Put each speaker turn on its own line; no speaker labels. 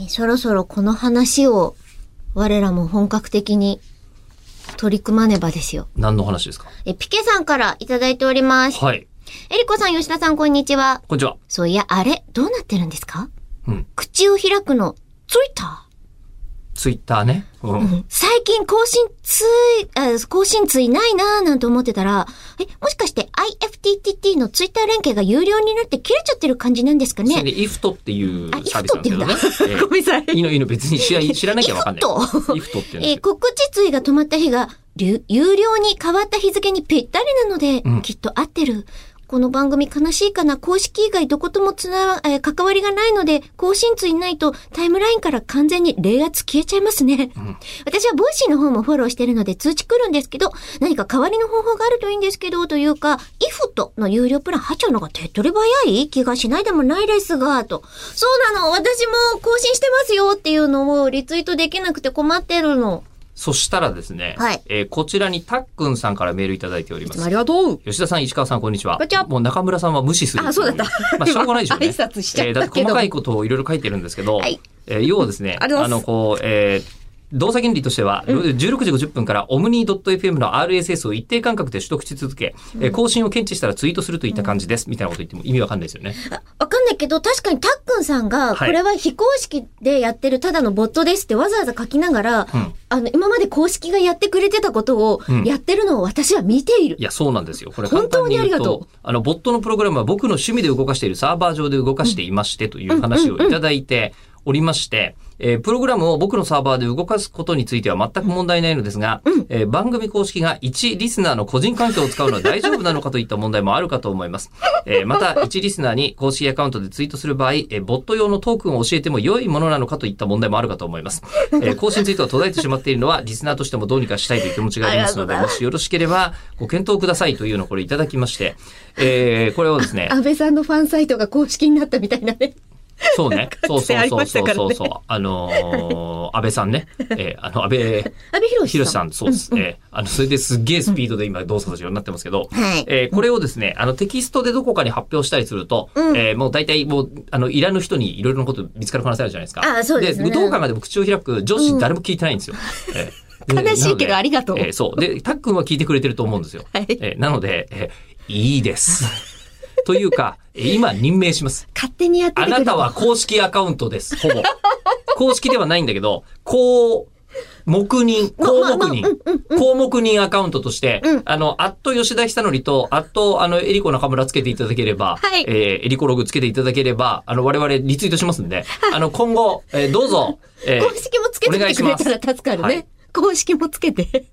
えそろそろこの話を我らも本格的に取り組まねばですよ。
何の話ですか
え、ピケさんからいただいております。
はい。
えりこさん、吉田さん、こんにちは。
こんにちは。
そういや、あれ、どうなってるんですか
うん。
口を開くの、ツイッタ
ツイッターね。う。
ーうんん最近更新つい、あ更新ついないなーなんて思ってたら、え、もしかして IFTTT のツイッター連携が有料になって切れちゃってる感じなんですか
それ
ね
で、イフトっていう
あ、イ
サー
フ
ビス
ト
な
っ
ん
て
で
言うんだ。
すけどね。
ごめんなさい。
ええいいのいいの別に知ら知らなきゃわかんない。
イフト
イフトって言うん
えー
ですけど。
告知追が止まった日が、りゅ有料に変わった日付にぴったりなので、
うん
きっと合ってる。この番組悲しいかな公式以外どこともつなわ、えー関わりがないので、更新追ないとタイムラインから完全に冷圧消えちゃいますね。
ん
私はボイシーの方もフォローしてるので通知来るんですけど、何か代わりの方法があるといいんですけど、というか、イフトの有料プラン入っちゃうのが手っ取り早い気がしないでもないですが、と。そうなの私も更新してますよっていうのをリツイートできなくて困ってるの。
そしたらですね、
はい
えーこちらにたっくんさんからメールいただいており
い
ま
つも
す
あ。りがとう。
吉田さん、石川さん、こんにちは。
こんにちは
もう中村さんは無視する。
あそうだった
まあ、しょうがないでしょうね。
今挨拶しちゃったけど
えーだって細かいことをいろいろ書いてるんですけど、
はい
えー要はですね、
ありがとうございます
の、こう、えー動作原理としては、16時50分からオムニー .fm の RSS を一定間隔で取得し続け、えー更新を検知したらツイートするといった感じです、みたいなこと言っても意味わかんないですよね。
あわかんないけど、確かにたっくんさんが、こ
はい
れは非公式でやってるただのボットですってわざわざ書きながら、
うん。
あの、今まで公式がやってくれてたことを
うん
やってるのを私は見ている。
いや、そうなんですよ。これ
本当に
簡単言
ありがと
あの、ボットのプログラムは僕の趣味で動かしているサーバー上で動かしていましてという話をいただいておりまして、えープログラムを僕のサーバーで動かすことについては全く問題ないのですが、えー番組公式が1リスナーの個人環境を使うのは大丈夫なのかといった問題もあるかと思います。えーまた、1リスナーに公式アカウントでツイートする場合、えーボット用のトークンを教えても良いものなのかといった問題もあるかと思います。えー更新ツイートが途絶えてしまっているのは、リスナーとしてもどうにかしたいという気持ちがありますので、
ありがとうございま
もしよろしければご検討くださいというのをこれいただきまして、えーこれをですね、
安倍さんのファンサイトが公式になったみたいなね。
そ うね、そう
つて
そ
あ
う
り
そ
ま
う
した
そ
か
う
らね
そうそう、あのー安倍さんね、え ーあの、安倍、
安倍博
ひ
士
ろ
さん。
しさん、そうです。えーあの、それですっげえスピードで今動作するようになってますけど、
はい
えーこれをですね、あの、テキストでどこかに発表したりすると、
うん
えーもう大体もう、あの、いらぬ人にいろいろなこと見つかる可能性あるじゃないですか。
あーそうですね
で、どう考えても口を開く女子誰も聞いてないんですよ。えーで
悲しいけどありがとう
なのでえーそう。で、たっくんは聞いてくれてると思うんですよ。
はい
えーなので、えーい いです。というか、えー今任命します。
勝手にやってて
あ
くれ
なたは公式アカウントです、ほぼ。公式ではないんだけど、公、黙認、公黙認、公黙認アカウントとして、あの、アット吉田久典と、アット、あの、エリコ中村つけていただければ、
はい
えーエリコログつけていただければ、あの、我々リツイートしますんで、 あの、今後、えーどうぞ、えー
公式もつけてきてくれたら助かるね。
お願いしますはい
公式もつけて。